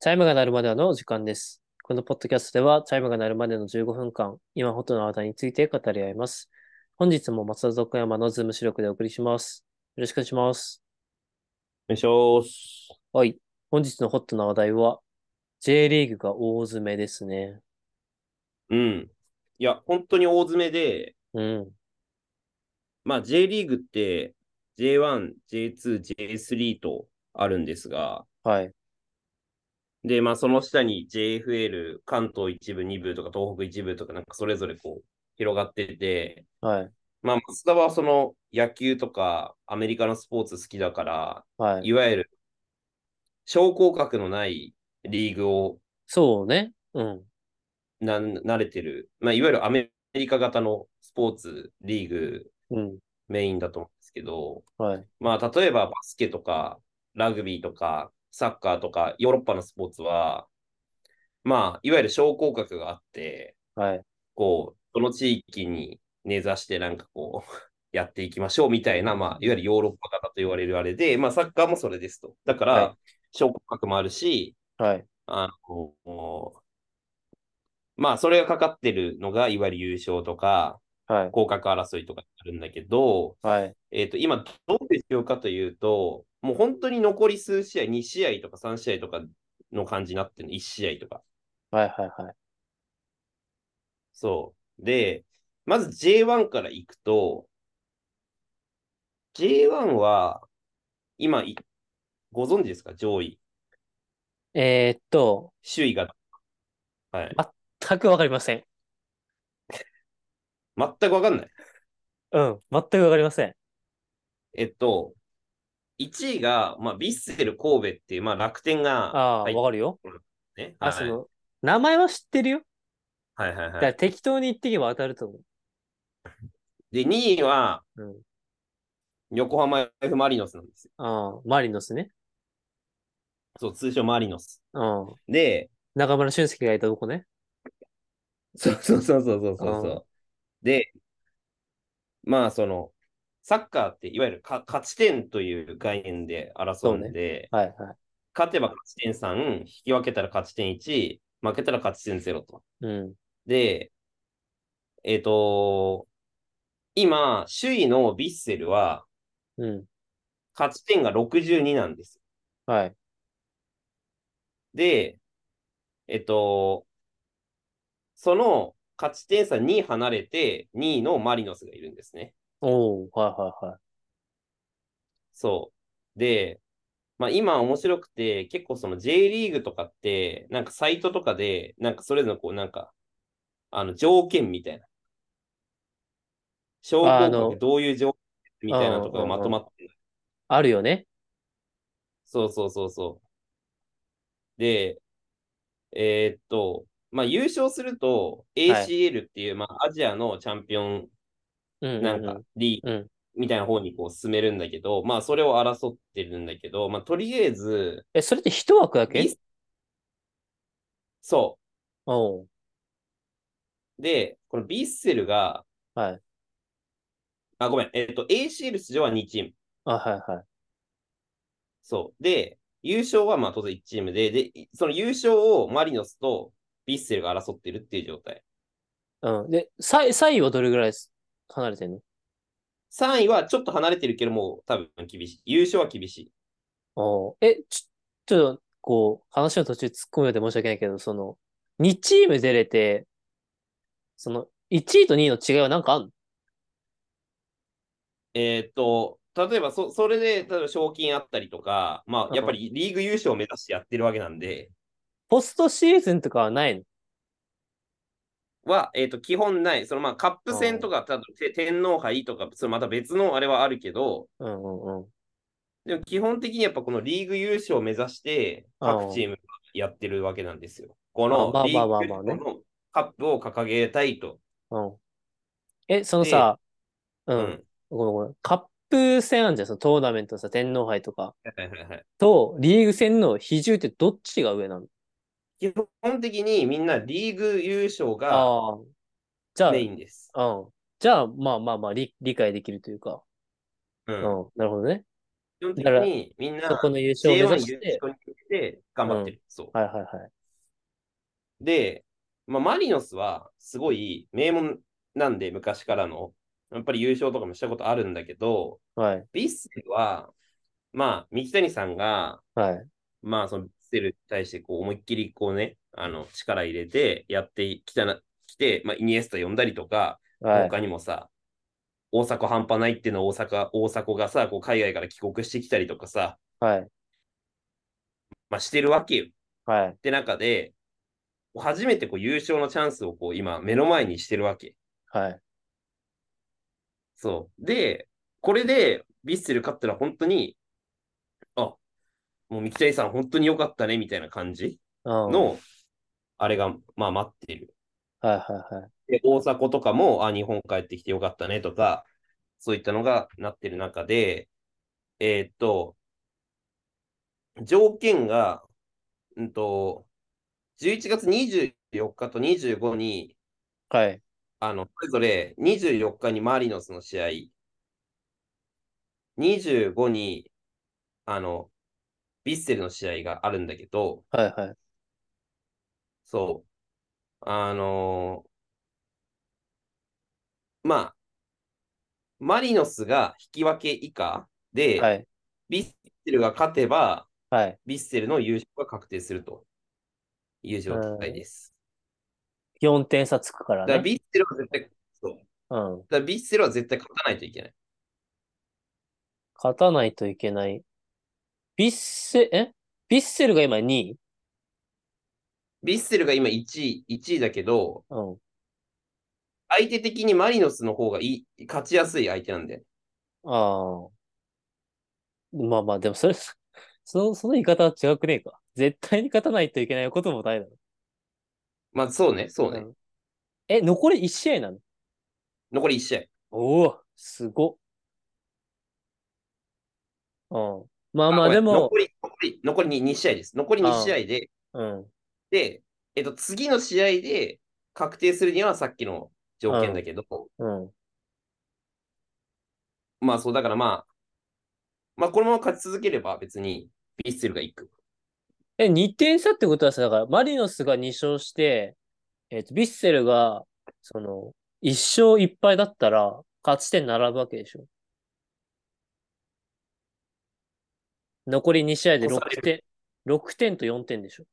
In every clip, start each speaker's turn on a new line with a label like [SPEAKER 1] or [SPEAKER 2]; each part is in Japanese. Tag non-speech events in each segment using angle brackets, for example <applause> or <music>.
[SPEAKER 1] チャイムが鳴るまでの時間です。このポッドキャストでは、チャイムが鳴るまでの15分間、今ほとのあなたについて語り合います。本日も松田徳山のズーム視力でお送りします。よろしくお願いします。
[SPEAKER 2] お願いします。
[SPEAKER 1] はい。本日のホットな話題は、J リーグが大詰めですね。
[SPEAKER 2] うん。いや、本当に大詰めで、
[SPEAKER 1] うん。
[SPEAKER 2] まあ J リーグって J1、J2、J3 とあるんですが、
[SPEAKER 1] はい。
[SPEAKER 2] で、まあその下に JFL、関東一部、二部とか東北一部とかなんかそれぞれこう広がってて、
[SPEAKER 1] はい。
[SPEAKER 2] まあ松田はその野球とかアメリカのスポーツ好きだから、
[SPEAKER 1] はい。
[SPEAKER 2] いわゆる昇降格のないリーグを
[SPEAKER 1] そうね。うん。
[SPEAKER 2] な慣れてる、まあいわゆるアメリカ型のスポーツリーグ
[SPEAKER 1] うん。
[SPEAKER 2] メインだと思うんですけど、
[SPEAKER 1] はい。
[SPEAKER 2] まあ、例えばバスケとか、ラグビーとか、サッカーとか、ヨーロッパのスポーツは、まあ、いわゆる昇降格があって、
[SPEAKER 1] はい。
[SPEAKER 2] こう、その地域に根ざしてなんかこう、 <laughs> やっていきましょうみたいな、まあ、いわゆるヨーロッパ型と言われるあれで、まあ、サッカーもそれですと。だから、
[SPEAKER 1] は
[SPEAKER 2] 昇降格もあるし、
[SPEAKER 1] はい。
[SPEAKER 2] あの、まあ、それがかかってるのが、いわゆる優勝とか、
[SPEAKER 1] はい。
[SPEAKER 2] 降格争いとかあるんだけど、
[SPEAKER 1] はい。
[SPEAKER 2] えっと、今、どうでしょうかというと、もう本当に残り数試合、2試合とか3試合とかの感じになってるの、1試合とか。
[SPEAKER 1] はい。はい。はい。
[SPEAKER 2] そう。で、まず J1 から行くと、J1 は、今い、ご存知ですか上位。
[SPEAKER 1] えーっと、
[SPEAKER 2] 首位が。はい。
[SPEAKER 1] 全くわかりません。
[SPEAKER 2] 全くわかんない。
[SPEAKER 1] うん。全くわかりません。
[SPEAKER 2] えっと、1位が、まあ、ヴィッセル神戸っていう、まあ、楽天が、
[SPEAKER 1] ああ
[SPEAKER 2] は
[SPEAKER 1] ー、
[SPEAKER 2] い
[SPEAKER 1] わかるよ。
[SPEAKER 2] ね。
[SPEAKER 1] あ、
[SPEAKER 2] はい
[SPEAKER 1] その、名前は知ってるよ。
[SPEAKER 2] はいはい
[SPEAKER 1] だ
[SPEAKER 2] は
[SPEAKER 1] か
[SPEAKER 2] い
[SPEAKER 1] ら。適当に言っていけば当たると思う。
[SPEAKER 2] で、2位は、
[SPEAKER 1] うん。
[SPEAKER 2] 横浜 F ・マリノスなんですよ。
[SPEAKER 1] ああ、マリノスね。
[SPEAKER 2] そう、通称マリノス。
[SPEAKER 1] うん。
[SPEAKER 2] で、
[SPEAKER 1] 中村俊輔がいたとこね。
[SPEAKER 2] <laughs> そうそうそうそうそうそう
[SPEAKER 1] う
[SPEAKER 2] そう。で、まあその、サッカーっていわゆるか勝ち点という概念で争うん
[SPEAKER 1] そう
[SPEAKER 2] で、
[SPEAKER 1] はいは
[SPEAKER 2] 勝てば勝ち点3、引き分けたら勝ち点1、負けたら勝ち点0と。
[SPEAKER 1] い。うん。
[SPEAKER 2] で、えっ、と、今、首位のヴィッセルは
[SPEAKER 1] うん。
[SPEAKER 2] 勝ち点が62なんです。
[SPEAKER 1] はい。
[SPEAKER 2] で、えっと、その勝ち点差2離れて2位のマリノスがいるんですね。
[SPEAKER 1] おおはいは
[SPEAKER 2] そう。で、まあ今面白くて、結構その J リーグとかって、なんかサイトとかで、なんかそれぞれこうなんか、あの条件みたいな。昇
[SPEAKER 1] ああ
[SPEAKER 2] 降
[SPEAKER 1] の
[SPEAKER 2] 格どういう条件みたいなのとかがまとまって
[SPEAKER 1] いはい。あるよね。
[SPEAKER 2] そうそうそうそう。で、えーっと、まあ、優勝すると
[SPEAKER 1] い
[SPEAKER 2] ACL っていう、まあ、アジアのチャンピオン
[SPEAKER 1] うんうん、う
[SPEAKER 2] なんかリー
[SPEAKER 1] うん。
[SPEAKER 2] グみたいな方にこう進めるんだけど、まあ、それを争ってるんだけど、まあ、とりあえず、
[SPEAKER 1] え、それって一枠だ
[SPEAKER 2] リ
[SPEAKER 1] け
[SPEAKER 2] スそ
[SPEAKER 1] おう
[SPEAKER 2] う。で、このビッセルが、
[SPEAKER 1] はい。
[SPEAKER 2] あ、ごめん、えーっと、ACL 出場は2チーム。
[SPEAKER 1] あ、はいはい。
[SPEAKER 2] そう。で、優勝はまあ当然1チームで、で、いその優勝をマリノスとビッセルが争ってるっていう状態。
[SPEAKER 1] うん。で、3位、3位はどれぐらい離れてんの
[SPEAKER 2] 3位はちょっと離れてるけど、もう多分厳しい。優勝は厳しい。
[SPEAKER 1] おうえ、ちょ、ちょっと、こう、話の途中突っ込むようで申し訳ないけど、その、2チーム出れて、その、1位と2位の違いはなんかあんの
[SPEAKER 2] えーっと、例えばそ、それで、例えば賞金あったりとか、ま
[SPEAKER 1] うん
[SPEAKER 2] あ、やっぱりリーグ優勝を目指してやってるわけなんで、
[SPEAKER 1] ポストシーズンとかはないの
[SPEAKER 2] は、えーっと、基本ない。その、まあ、カップ戦とか、ただて天皇杯とか、それまた別のあれはあるけど、
[SPEAKER 1] うんうんうん。
[SPEAKER 2] でも基本的にやっぱこのリーグ優勝を目指して、各チームがやってるわけなんですよ。この
[SPEAKER 1] まあ
[SPEAKER 2] リ
[SPEAKER 1] まあ
[SPEAKER 2] ー
[SPEAKER 1] まあ
[SPEAKER 2] グ優
[SPEAKER 1] まあね
[SPEAKER 2] 勝のカップを掲げたいと。
[SPEAKER 1] うん。え、そのさ、う、
[SPEAKER 2] うんん。
[SPEAKER 1] ごめんごめん。カップ戦あんじゃん、そのトーナメントさ、天皇杯とか、
[SPEAKER 2] はいはいはい。
[SPEAKER 1] と、リーグ戦の比重ってどっちが上なの
[SPEAKER 2] 基本的にみんなリーグ優勝が
[SPEAKER 1] ああ。じゃあ、
[SPEAKER 2] メインです。
[SPEAKER 1] うん。じゃあ、まあまあまあ、理理解できるというか。
[SPEAKER 2] う。
[SPEAKER 1] うんん。なるほどね。
[SPEAKER 2] 基本的
[SPEAKER 1] だから
[SPEAKER 2] にみんな
[SPEAKER 1] そこの優勝を
[SPEAKER 2] J1 優
[SPEAKER 1] 目指
[SPEAKER 2] 勝
[SPEAKER 1] して、
[SPEAKER 2] にして頑張ってる。そう。
[SPEAKER 1] はいはいはい。
[SPEAKER 2] で、まあ、マリノスはすごい名門なんで、昔からの。やっぱり優勝とかもしたことあるんだけど、
[SPEAKER 1] はい。
[SPEAKER 2] ヴィッセルは、まあ、三木谷さんが、
[SPEAKER 1] はい。
[SPEAKER 2] まあ、そのヴィッセルに対してこう思いっきりこうね、あの力入れてやってきたな、きて、まあ、イニエスタ呼んだりとか、
[SPEAKER 1] はい。
[SPEAKER 2] 他にもさ、大阪半端ないっていうの大阪、大阪がさ、こう海外から帰国してきたりとかさ、
[SPEAKER 1] はい。
[SPEAKER 2] まあ、してるわけよ。
[SPEAKER 1] はい。
[SPEAKER 2] って中で、初めてこう優勝のチャンスをこう今目の前にしてるわけ。
[SPEAKER 1] はい。
[SPEAKER 2] そう。で、これでヴィッセル勝ったら本当に、あ、もう三木谷さん本当に良かったねみたいな感じ
[SPEAKER 1] うん。はい
[SPEAKER 2] の、あれが、まあ待ってる。
[SPEAKER 1] はいはい。
[SPEAKER 2] で、大迫とかも、あ、日本帰ってきて良かったねとか、そういったのがなってる中で、えーっと、条件が、うんと、11月24日と25に、
[SPEAKER 1] はい。
[SPEAKER 2] あの、それぞれ24日にマリノスの試合、25に、あの、ヴィッセルの試合があるんだけど、
[SPEAKER 1] はいはい。
[SPEAKER 2] そう。あのーまあ、マリノスが引き分け以下で、
[SPEAKER 1] はい。
[SPEAKER 2] ヴィッセルが勝てば、
[SPEAKER 1] はい。
[SPEAKER 2] ヴィッセルの優勝が確定するという状態です。
[SPEAKER 1] 4点差つくから
[SPEAKER 2] だから
[SPEAKER 1] ね。
[SPEAKER 2] ヴィッセルは絶対、そう。
[SPEAKER 1] うん。
[SPEAKER 2] だからヴィッセルは絶対勝たないといけない。
[SPEAKER 1] 勝たないといけない。ビッセ、えビッセルが今2位
[SPEAKER 2] ヴィッセルが今1位、1位だけど、
[SPEAKER 1] うん。
[SPEAKER 2] 相手的にマリノスの方がいい、勝ちやすい相手なんで。
[SPEAKER 1] ああ。まあまあ、でもそれ、 <laughs> その、その言い方は違くねえか。絶対に勝たないといけないこともないだろ。
[SPEAKER 2] まあ、そうね、そう
[SPEAKER 1] う
[SPEAKER 2] ね。
[SPEAKER 1] んえ、残り1試合なの
[SPEAKER 2] 残り1試合。
[SPEAKER 1] おお、すごっ。うん。まあま
[SPEAKER 2] ご
[SPEAKER 1] あ、
[SPEAKER 2] めん
[SPEAKER 1] でも
[SPEAKER 2] 残、り、残り、残り 2, 試合です。残り2試合で、
[SPEAKER 1] うん。
[SPEAKER 2] で、えっと、次の試合で確定するにはさっきの条件だけど、
[SPEAKER 1] うん。
[SPEAKER 2] まあそう、だからまあ、まあこのまま勝ち続ければ別にヴィッセルが行く。
[SPEAKER 1] え、2点差ってことはさ、だから、マリノスが2勝して、えっと、ヴィッセルが、その、1勝1敗だったら、勝ち点並ぶわけでしょ。残り2試合で
[SPEAKER 2] 越さ
[SPEAKER 1] 6点、6点と4点でしょ。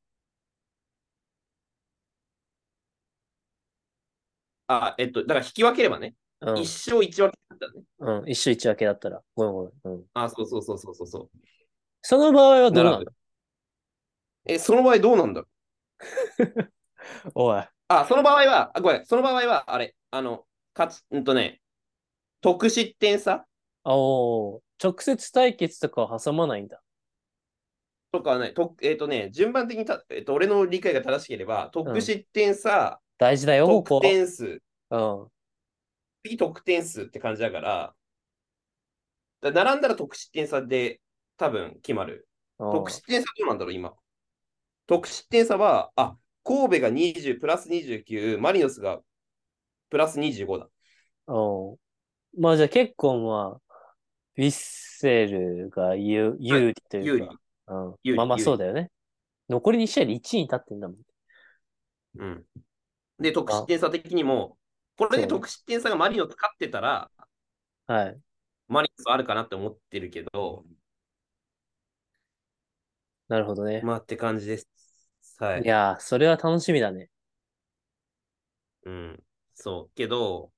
[SPEAKER 2] あ、えっと、だから引き分ければね、
[SPEAKER 1] うん。うん、
[SPEAKER 2] 一
[SPEAKER 1] 1
[SPEAKER 2] 1勝1分けだったらね。
[SPEAKER 1] 勝1分けだったら。ごめんごめん。うん。
[SPEAKER 2] あ、そうそうそうそうそうそう。
[SPEAKER 1] その場合はどうな
[SPEAKER 2] 並
[SPEAKER 1] ん
[SPEAKER 2] ぶ
[SPEAKER 1] だ
[SPEAKER 2] え、その場合どうなんだろう
[SPEAKER 1] おい。
[SPEAKER 2] あ、その場合は、あごめん、その場合は、あれ、あの、勝ち、うんとね、得失点差
[SPEAKER 1] あおー直接対決とかは挟まないんだ。
[SPEAKER 2] とかはない。とえっ、とね、順番的にた、えっと俺の理解が正しければ、得失点差、
[SPEAKER 1] 大事だよ、こ
[SPEAKER 2] 得
[SPEAKER 1] こ。
[SPEAKER 2] 点数、
[SPEAKER 1] うん。
[SPEAKER 2] 次得点数って感じだから、だから並んだら得失点差で多分決まる。
[SPEAKER 1] うん
[SPEAKER 2] 得失点差どうなんだろう、今。得失点差は、あ、神戸が20プラス29、マリノスがプラス25だ。
[SPEAKER 1] うん。まあじゃあ結構まあ、ヴィッセルが有有利とい
[SPEAKER 2] 有
[SPEAKER 1] う
[SPEAKER 2] 利
[SPEAKER 1] か、。うん
[SPEAKER 2] 有利
[SPEAKER 1] まあまあ
[SPEAKER 2] 有利
[SPEAKER 1] そうだよね。残り2試合で1位に立ってんだもん。
[SPEAKER 2] うん。で、得失点差的にも、これで得失点差がマリノス勝ってたら、
[SPEAKER 1] はい。
[SPEAKER 2] マリノスあるかなって思ってるけど、
[SPEAKER 1] なるほどね。
[SPEAKER 2] まあって感じです。はい
[SPEAKER 1] い。やー、それは楽しみだね。
[SPEAKER 2] うん、そう。けど、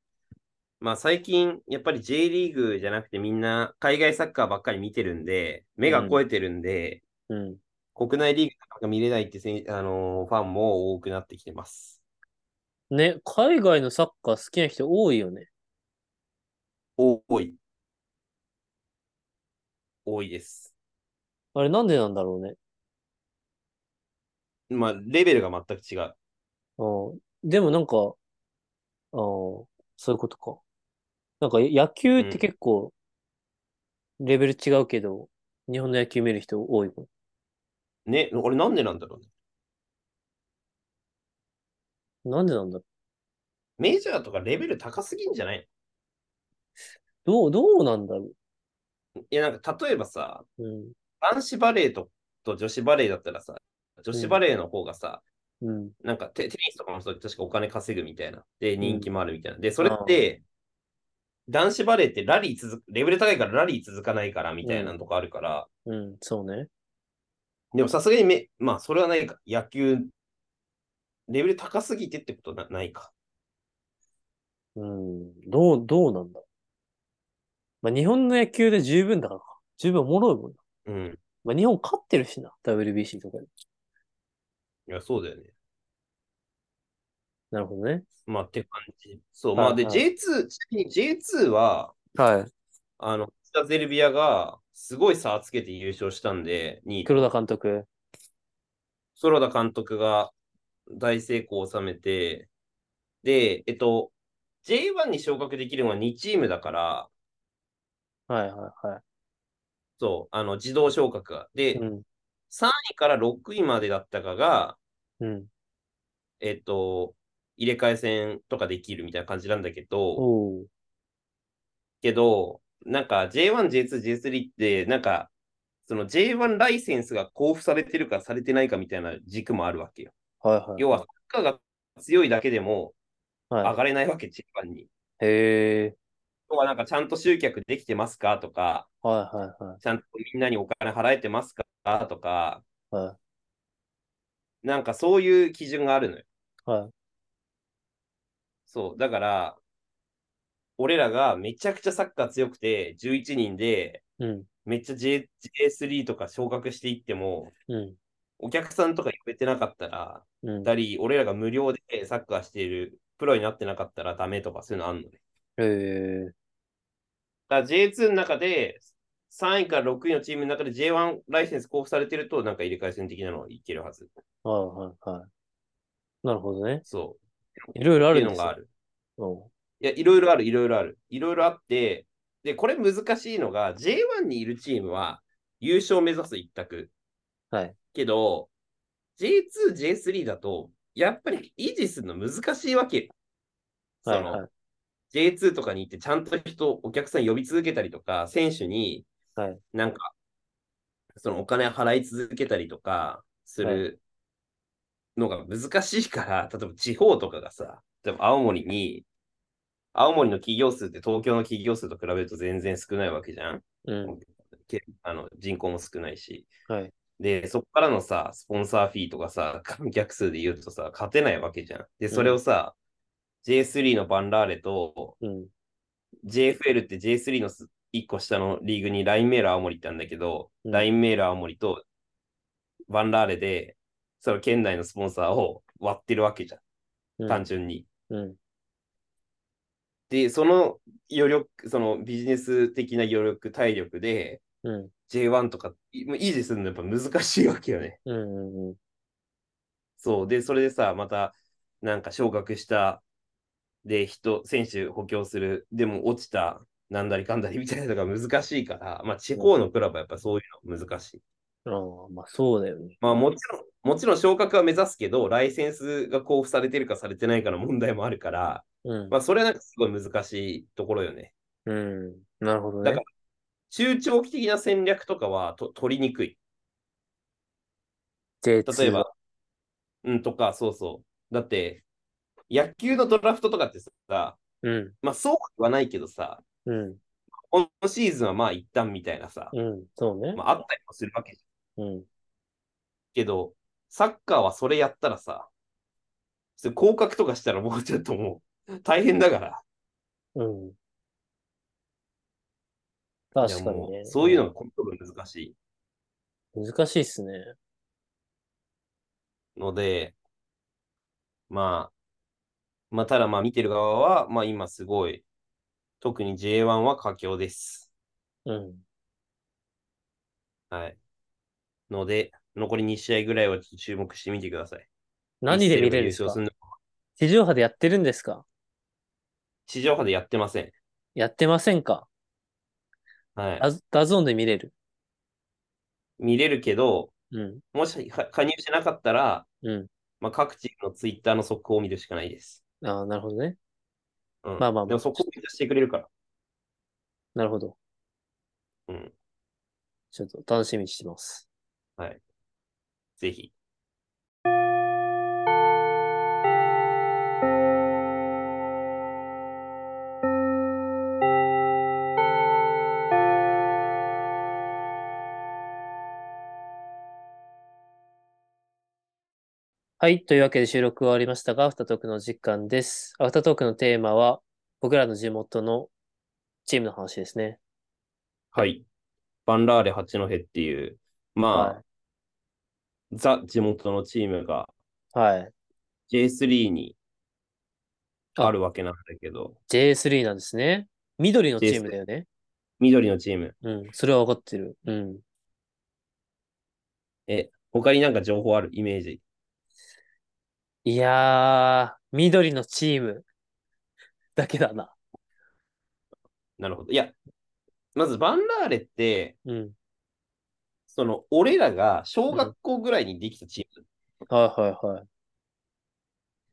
[SPEAKER 2] まあ最近、やっぱり J リーグじゃなくてみんな海外サッカーばっかり見てるんで、目が肥えてるんで、
[SPEAKER 1] うん。
[SPEAKER 2] 国内リーグが見れないってせん、あのーファンも多くなってきてます。
[SPEAKER 1] ね、海外のサッカー好きな人多いよね。
[SPEAKER 2] 多い。多いです。
[SPEAKER 1] あれなんでなんだろうね。
[SPEAKER 2] まあ、レベルが全く違う。
[SPEAKER 1] うん。でもなんか、あーそういうことか。なんか野球って結構、レベル違うけど、日本の野球見る人多いもん。
[SPEAKER 2] ね、俺なんでなんだろうね。
[SPEAKER 1] なんでなんだろう
[SPEAKER 2] メジャーとかレベル高すぎんじゃない
[SPEAKER 1] どう、どうなんだろ
[SPEAKER 2] のいや、なんか例えばさ、
[SPEAKER 1] う。うん。
[SPEAKER 2] 男子バレーとと女子バレーだったらさ、女子バレーの方がさ、
[SPEAKER 1] うん。
[SPEAKER 2] なんかテテニスとかもそう確かお金稼ぐみたいな。で、人気もあるみたいな。で、それって、男子バレーってラリー続く、レベル高いからラリー続かないからみたいなのとかあるから、
[SPEAKER 1] うん。そうね。
[SPEAKER 2] でもさすがにめ、まあそれはないか、野球、レベル高すぎてってことなないか。
[SPEAKER 1] うん。どう、どうなんだ。まあ、日本の野球で十分だからか。十分おもろいもんな。
[SPEAKER 2] うん。
[SPEAKER 1] まあ、日本勝ってるしな。WBC とかで。
[SPEAKER 2] いや、そうだよね。
[SPEAKER 1] なるほどね。
[SPEAKER 2] まあって感じ。そう、
[SPEAKER 1] はい
[SPEAKER 2] まあで、
[SPEAKER 1] はい
[SPEAKER 2] J2、ちなみに J2 は、
[SPEAKER 1] はい。
[SPEAKER 2] あの、北ゼルビアがすごい差をつけて優勝したんで、に
[SPEAKER 1] 黒田監督。
[SPEAKER 2] 黒田監督が大成功を収めて、で、えっと、J1 に昇格できるのは2チームだから、
[SPEAKER 1] はいはいは
[SPEAKER 2] そう、あの、自動昇格が。
[SPEAKER 1] い。
[SPEAKER 2] で、
[SPEAKER 1] うん。
[SPEAKER 2] 3位から6位までだったかが、
[SPEAKER 1] うん。
[SPEAKER 2] えっと、入れ替え戦とかできるみたいな感じなんだけど、
[SPEAKER 1] おう。
[SPEAKER 2] けど、なんか J1、J2、J3 って、なんか、その J1 ライセンスが交付されてるかされてないかみたいな軸もあるわけよ。
[SPEAKER 1] はいはい。
[SPEAKER 2] 要は、サッカーが強いだけでも上
[SPEAKER 1] は
[SPEAKER 2] がれないわけ、J1
[SPEAKER 1] い。
[SPEAKER 2] に。
[SPEAKER 1] へえ。
[SPEAKER 2] 要はなんかちゃんと集客できてますかとか、
[SPEAKER 1] はいはいはい。
[SPEAKER 2] ちゃんとみんなにお金払えてますかとか、
[SPEAKER 1] は
[SPEAKER 2] なんかそういう基準があるのよ。
[SPEAKER 1] い。はい。
[SPEAKER 2] そう。だから、俺らがめちゃくちゃサッカー強くて、11人で、
[SPEAKER 1] うん。
[SPEAKER 2] めっちゃ J J3 とか昇格していっても、
[SPEAKER 1] うん。
[SPEAKER 2] お客さんとか呼べてなかったら、
[SPEAKER 1] うん。
[SPEAKER 2] だり、俺らが無料でサッカーしている、プロになってなかったらダメとかそういうのあんのね。
[SPEAKER 1] へえ。
[SPEAKER 2] だから J2 の中で、3位から6位のチームの中で J1 ライセンス交付されてると、なんか入れ替え戦的なのはいけるはず。
[SPEAKER 1] はいはいはい。なるほどね。
[SPEAKER 2] そ
[SPEAKER 1] いろいろ
[SPEAKER 2] う。
[SPEAKER 1] あ
[SPEAKER 2] って
[SPEAKER 1] る
[SPEAKER 2] い
[SPEAKER 1] んで
[SPEAKER 2] うの
[SPEAKER 1] すよ
[SPEAKER 2] がある。
[SPEAKER 1] うん。
[SPEAKER 2] いや、いろいろある、いろいろある。いろいろあって、で、これ難しいのが、J1 にいるチームは優勝を目指す一択。
[SPEAKER 1] はい。
[SPEAKER 2] けど、J2、J3 だと、やっぱり維持するの難しいわけ。そ
[SPEAKER 1] はい
[SPEAKER 2] の、
[SPEAKER 1] はい。
[SPEAKER 2] J2 とかに行って、ちゃんと人、お客さん呼び続けたりとか、選手に
[SPEAKER 1] はい、
[SPEAKER 2] なんか、そのお金払い続けたりとか、するのが難しいから、例えば地方とかがさ、例えば青森に、青森の企業数って東京の企業数と比べると全然少ないわけじゃん。
[SPEAKER 1] うん。
[SPEAKER 2] けあの人口も少ないし。
[SPEAKER 1] はい。
[SPEAKER 2] で、そこからのさ、スポンサーフィーとかさ、観客数で言うとさ、勝てないわけじゃん。で、それをさ、J3 のバンラーレと、
[SPEAKER 1] うん。
[SPEAKER 2] JFL って J3 のす1個下のリーグにラインメール青森行ったんだけど、
[SPEAKER 1] うん
[SPEAKER 2] ラインメール青森とバンラーレで、その県内のスポンサーを割ってるわけじゃ、
[SPEAKER 1] うんん
[SPEAKER 2] 単純に。
[SPEAKER 1] うん。
[SPEAKER 2] で、その余力、そのビジネス的な余力、体力で、
[SPEAKER 1] うん。
[SPEAKER 2] J1 とかいもう維持するのやっぱ難しいわけよね。
[SPEAKER 1] うん。うん。うん。
[SPEAKER 2] そう。で、それでさ、また、なんか昇格した、で、人、選手補強する、でも落ちた、なんだりかんだりみたいなのが難しいから、まあ、地方のクラブはやっぱそういうの難しい。
[SPEAKER 1] ああ、まあそうだよね。
[SPEAKER 2] まあ、もちろん、もちろん昇格は目指すけど、ライセンスが交付されてるかされてないかの問題もあるから、
[SPEAKER 1] うん。
[SPEAKER 2] まあ、それはなんかすごい難しいところよね。
[SPEAKER 1] うん。なるほど
[SPEAKER 2] だ
[SPEAKER 1] ね
[SPEAKER 2] か。中長期的な戦略とかはと取りにくい。
[SPEAKER 1] J2
[SPEAKER 2] 例えば。、うん、とか、そうそう。だって、野球のドラフトとかってさ、
[SPEAKER 1] うん。
[SPEAKER 2] まあ、そうはないけどさ、
[SPEAKER 1] うん。
[SPEAKER 2] 今シーズンはまあ一旦みたいなさ、
[SPEAKER 1] うん。そうね。
[SPEAKER 2] まあ、あったりもするわけじゃん
[SPEAKER 1] うん。
[SPEAKER 2] けど、サッカーはそれやったらさ、それ降格とかしたらもうちょっともう大変だから。
[SPEAKER 1] うん。
[SPEAKER 2] いや
[SPEAKER 1] 確か
[SPEAKER 2] も
[SPEAKER 1] にね。
[SPEAKER 2] うそういうのがコントロール難し
[SPEAKER 1] 難しいっすね。
[SPEAKER 2] いので、まあ、まあ、ただまあ見てる側は、まあ今すごい、特に J1 は佳境です。
[SPEAKER 1] うん。
[SPEAKER 2] はい。ので、残り2試合ぐらいはちょっと注目してみてください。
[SPEAKER 1] 何で見れるんです
[SPEAKER 2] ヴィッセルが優勝
[SPEAKER 1] か
[SPEAKER 2] すの
[SPEAKER 1] 地上波でやってるんですか
[SPEAKER 2] 地上波でやってません。
[SPEAKER 1] やってませんか
[SPEAKER 2] はい。
[SPEAKER 1] ダズダゾーンで見れる。
[SPEAKER 2] 見れるけど、
[SPEAKER 1] うん。
[SPEAKER 2] もしは加入してなかったら、
[SPEAKER 1] うん。
[SPEAKER 2] まあ、各チームのツイッターの速報を見るしかないです。
[SPEAKER 1] ああ、なるほどね。
[SPEAKER 2] うん、
[SPEAKER 1] まあまあまあ
[SPEAKER 2] でも速報を見出してくれるから。
[SPEAKER 1] なるほど。
[SPEAKER 2] うん。
[SPEAKER 1] ちょっと楽しみにしてます。
[SPEAKER 2] ぜひ。
[SPEAKER 1] はい。というわけで収録は終わりましたが、アフタートークの時間です。アフタートークのテーマは、僕らの地元のチームの話ですね。
[SPEAKER 2] はい。バンラーレ八戸っていう、まあ、
[SPEAKER 1] は
[SPEAKER 2] ザ地元のチームが
[SPEAKER 1] い。はい。
[SPEAKER 2] J3 に
[SPEAKER 1] あ
[SPEAKER 2] あるわけなんだけど、
[SPEAKER 1] J3 なんですね。緑のチームだよね。
[SPEAKER 2] 緑のチーム。
[SPEAKER 1] うん。それは分かってる。うん。
[SPEAKER 2] え、他になんか情報あるイメージ。
[SPEAKER 1] いやー、緑のチームだけだな。
[SPEAKER 2] なるほど。いや、まずバンラーレって、
[SPEAKER 1] うん。
[SPEAKER 2] その、俺らが小学校ぐらいにできたチーム。
[SPEAKER 1] はいはいはい。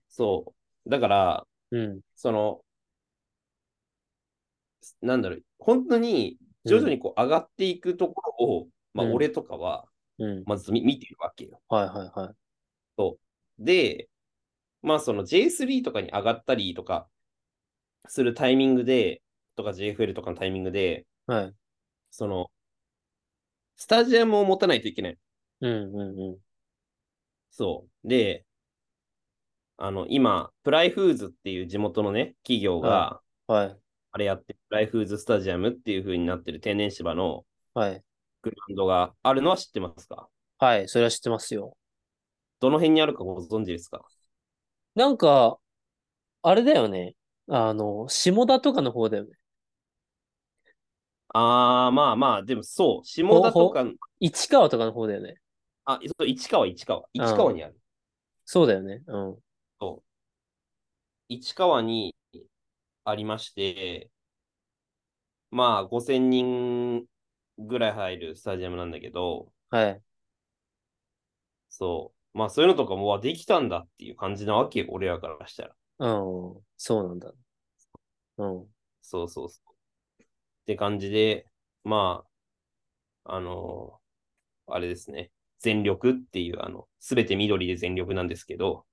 [SPEAKER 2] そう。だから、
[SPEAKER 1] うん。
[SPEAKER 2] その、なんだろう、本当に徐々にこう上がっていくところを、まあ
[SPEAKER 1] うん
[SPEAKER 2] 俺とかは、
[SPEAKER 1] うん。
[SPEAKER 2] まず見見てるわけよ。
[SPEAKER 1] はいはいはい。
[SPEAKER 2] で、まあその J3 とかに上がったりとかするタイミングで、とか JFL とかのタイミングで、
[SPEAKER 1] はい。
[SPEAKER 2] その、スタジアムを持たないといけない。
[SPEAKER 1] うんうんうん。
[SPEAKER 2] そう。で、あの、今、プライフーズっていう地元のね、企業が、
[SPEAKER 1] はい。
[SPEAKER 2] あれやって、プライフーズスタジアムっていう風になってる天然芝の
[SPEAKER 1] はい。
[SPEAKER 2] グラウンドがあるのは知ってますか
[SPEAKER 1] はい。それは知ってますよ。
[SPEAKER 2] どの辺にあるかご存知ですか
[SPEAKER 1] なんか、あれだよね。あの、下田とかの方だよね。
[SPEAKER 2] あー、まあまあ、でもそう、下田とか、
[SPEAKER 1] 市川とかの方だよね。
[SPEAKER 2] あ、そう、市川、市川、市川にある。
[SPEAKER 1] そうだよね。うん。
[SPEAKER 2] そう。市川にありまして、まあ、5000人ぐらい入るスタジアムなんだけど、
[SPEAKER 1] はい。
[SPEAKER 2] そう。まあ、そういうのとかも、うわできたんだっていう感じなわけよ、俺らからしたら。
[SPEAKER 1] うん。そうなんだ。うん。
[SPEAKER 2] そうそうそう。って感じで、まあ、あのあれですね。全力っていう、あの、すべて緑で全力なんですけど、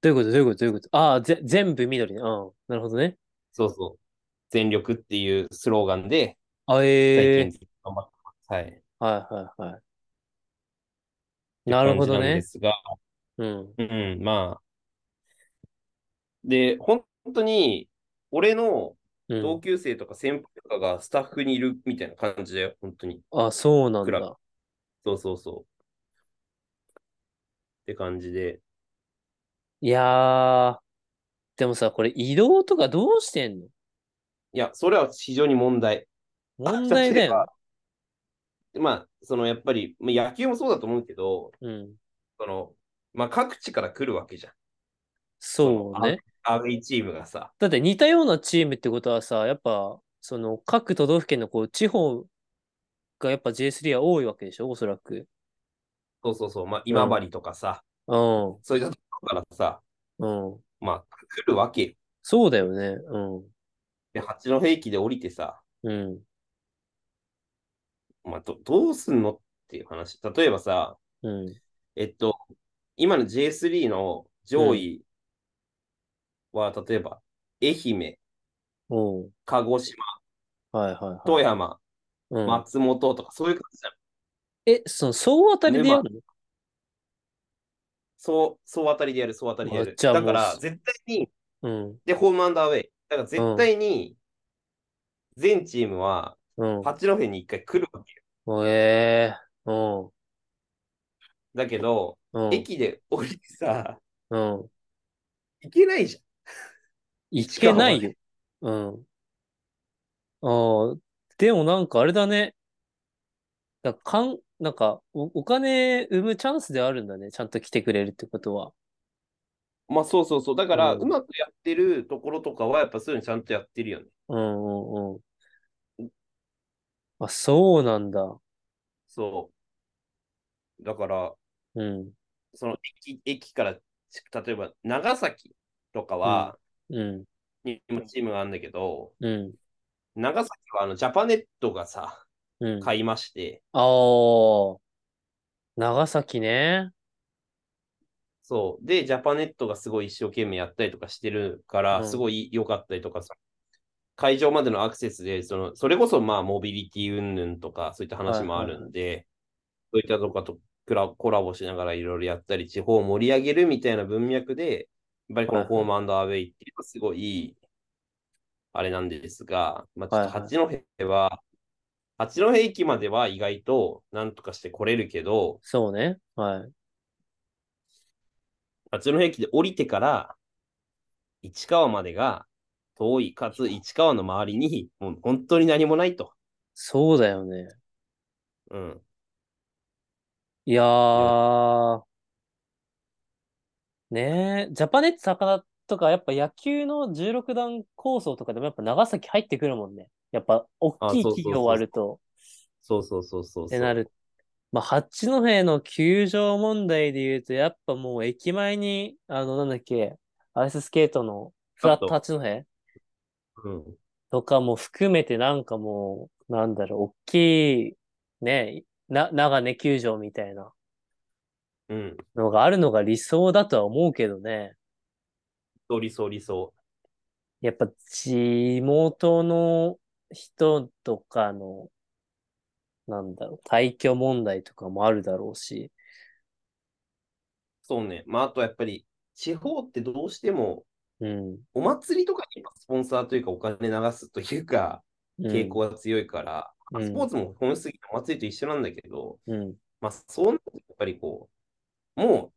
[SPEAKER 1] どういうことどういうことどういうことああ、ぜ、全部緑ね。うん。なるほどね。
[SPEAKER 2] そうそう。全力っていうスローガンで、
[SPEAKER 1] あ、
[SPEAKER 2] 最
[SPEAKER 1] ええ
[SPEAKER 2] 近ずっと頑張ってます。はい。
[SPEAKER 1] はいはいはい。なるほど
[SPEAKER 2] って感じなん
[SPEAKER 1] ね
[SPEAKER 2] で。すが、
[SPEAKER 1] うん。
[SPEAKER 2] うん、まあ。で、本当に、俺の
[SPEAKER 1] うん
[SPEAKER 2] 同級生とか先輩とかがスタッフにいるみたいな感じだよ、本当に。
[SPEAKER 1] あ、そうなん
[SPEAKER 2] クラブ
[SPEAKER 1] だ。
[SPEAKER 2] そうそうそう。って感じで。
[SPEAKER 1] いやー、でもさ、これ移動とかどうしてんの
[SPEAKER 2] いや、それは非常に問題。
[SPEAKER 1] 問題だよ
[SPEAKER 2] 例えばまあ、そのやっぱり、まあ、野球もそうだと思うけど、
[SPEAKER 1] ね。うん。
[SPEAKER 2] その、まあ、各地から来るわけじゃん。
[SPEAKER 1] そうね。
[SPEAKER 2] アウェイチームがさ。
[SPEAKER 1] だって似たようなチームってことはさ、やっぱ、その各都道府県のこう地方がやっぱ J3 は多いわけでしょ、おそらく。
[SPEAKER 2] そうそうそう。まあ、今治とかさ、
[SPEAKER 1] うん、
[SPEAKER 2] そういったところからさ、
[SPEAKER 1] うん。
[SPEAKER 2] まあ、来るわけよ。
[SPEAKER 1] そうだよね。うん、
[SPEAKER 2] で、八戸駅で降りてさ、
[SPEAKER 1] うん、
[SPEAKER 2] まあ、どどうすんのっていう話。例えばさ、
[SPEAKER 1] うん。
[SPEAKER 2] えっと、今の J3 の上位は、例えば、愛媛、
[SPEAKER 1] おう
[SPEAKER 2] 鹿児島、
[SPEAKER 1] はいはいは
[SPEAKER 2] 富
[SPEAKER 1] い。
[SPEAKER 2] 山、
[SPEAKER 1] うん
[SPEAKER 2] 松本とか、そういう感じじゃん。
[SPEAKER 1] え、その総当たりでやるの
[SPEAKER 2] そう、そう当たりでやる、そう当たりでや
[SPEAKER 1] あ
[SPEAKER 2] る。
[SPEAKER 1] じゃあ
[SPEAKER 2] だか
[SPEAKER 1] も
[SPEAKER 2] ら
[SPEAKER 1] う、
[SPEAKER 2] 絶対に、
[SPEAKER 1] うん、
[SPEAKER 2] で、ホームアンダーウェイ。だから、絶対に、全チームは、
[SPEAKER 1] うん。
[SPEAKER 2] 八戸に一回来るわけよ。
[SPEAKER 1] ええー、
[SPEAKER 2] だけど、
[SPEAKER 1] うん、うん、
[SPEAKER 2] 駅で降りてさ、
[SPEAKER 1] うん。
[SPEAKER 2] 行けないじゃん。
[SPEAKER 1] いけないよ。うん。ああ、でもなんかあれだね。だかん、なんかお、お金生むチャンスであるんだね。ちゃんと来てくれるってことは。
[SPEAKER 2] まあそうそうそう。だから、
[SPEAKER 1] うん
[SPEAKER 2] うまくやってるところとかは、やっぱそういうのちゃんとやってるよね。
[SPEAKER 1] うんうんうん。あ、そうなんだ。
[SPEAKER 2] そう。だから、
[SPEAKER 1] うん、
[SPEAKER 2] その駅駅から、ち例えば長崎とかは、
[SPEAKER 1] うん、
[SPEAKER 2] にもチームがあるんだけど、
[SPEAKER 1] うん、
[SPEAKER 2] 長崎はあのジャパネットがさ、
[SPEAKER 1] うん。あ
[SPEAKER 2] 買いまして、
[SPEAKER 1] あ、長崎ね。
[SPEAKER 2] そう。で、ジャパネットがすごい一生懸命やったりとかしてるか
[SPEAKER 1] う
[SPEAKER 2] ら、
[SPEAKER 1] ん
[SPEAKER 2] すごい良かったりとかさ、会場までのアクセスで、その、それこそまあ、モビリティ云々とか、そういった話もあるんで、そういったとことコラコラボしながらいろいろやったり、地方を盛り上げるみたいな文脈で、やっぱりこ
[SPEAKER 1] は
[SPEAKER 2] の
[SPEAKER 1] い
[SPEAKER 2] ホームアンドアウェイっていうのはすごいいい、あれなんですが、まあ、ち
[SPEAKER 1] は
[SPEAKER 2] ょっと
[SPEAKER 1] いはい
[SPEAKER 2] 八戸は、八戸駅までは意外となんとかして来れるけど、
[SPEAKER 1] そうね。はい。
[SPEAKER 2] 八戸駅で降りてから、市川までが遠い、かつ市川の周りに、もう本当に何もないと。
[SPEAKER 1] そうだよね。
[SPEAKER 2] うん。
[SPEAKER 1] いやー。ねえ、ジャパネット魚とか、やっぱ野球の16段構想とかでもやっぱ長崎入ってくるもんね。やっぱ、大きい
[SPEAKER 2] あそうそうそう
[SPEAKER 1] 企業あると、
[SPEAKER 2] そうそうそうそう
[SPEAKER 1] っ
[SPEAKER 2] そ
[SPEAKER 1] て
[SPEAKER 2] う。
[SPEAKER 1] なる。まあ、八戸の球場問題で言うと、やっぱもう駅前に、あの、なんだっけ、アイススケートのフラット
[SPEAKER 2] フラ
[SPEAKER 1] 八戸
[SPEAKER 2] うん。
[SPEAKER 1] とかも含めてなんかもう、なんだろう、大きい、ね、な、長根球場みたいな
[SPEAKER 2] うん。
[SPEAKER 1] のがあるのが理想だとは思うけどね。
[SPEAKER 2] そう理想理想。
[SPEAKER 1] やっぱ地元の人とかの、なんだろう、退去問題とかもあるだろうし。
[SPEAKER 2] そうね。まあ、あとやっぱり、地方ってどうしても、
[SPEAKER 1] うん。
[SPEAKER 2] お祭りとかにスポンサーというかお金流すという
[SPEAKER 1] う
[SPEAKER 2] か、
[SPEAKER 1] ん
[SPEAKER 2] 傾向が強いから、
[SPEAKER 1] うん
[SPEAKER 2] スポーツも本質的にお祭りと一緒なんだけど、
[SPEAKER 1] うん。
[SPEAKER 2] まあ、そうなるとやっぱりこう、もう、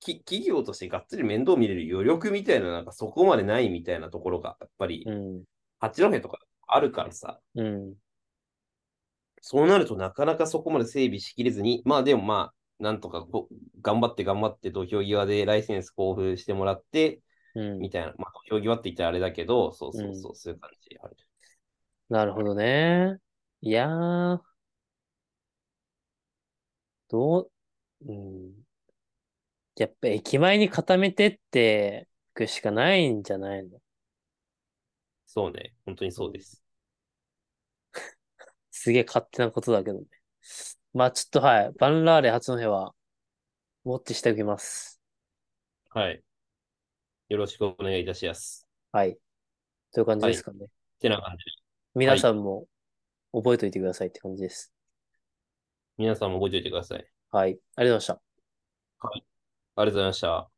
[SPEAKER 2] き企業としてがっつり面倒見れる余力みたいな、なんかそこまでないみたいなところが、やっぱり、
[SPEAKER 1] うん。
[SPEAKER 2] 八戸とかあるからさ、
[SPEAKER 1] うん。
[SPEAKER 2] そうなるとなかなかそこまで整備しきれずに、まあでもまあ、なんとかこう頑張って頑張って土俵際でライセンス交付してもらって、
[SPEAKER 1] うん
[SPEAKER 2] み。たいな、まあ土俵際って言ったらあれだけど、そうそうそう、そういう感じある。
[SPEAKER 1] なるほどね。いやー。どう、うん。やっぱ駅前に固めてっていくしかないんじゃないの
[SPEAKER 2] そうね、本当にそうです。
[SPEAKER 1] すげえ勝手なことだけどね。まあちょっとはい。バンラーレ八戸は、ウォッチしておきます。
[SPEAKER 2] はい。よろしくお願いいたします。
[SPEAKER 1] はい。という感じですかね。
[SPEAKER 2] てな感じで、
[SPEAKER 1] 皆さんも覚えておいてくださいって感じです。
[SPEAKER 2] 皆さんも覚えておいてください。あり
[SPEAKER 1] はい。ありがとうございました。
[SPEAKER 2] がとうございました。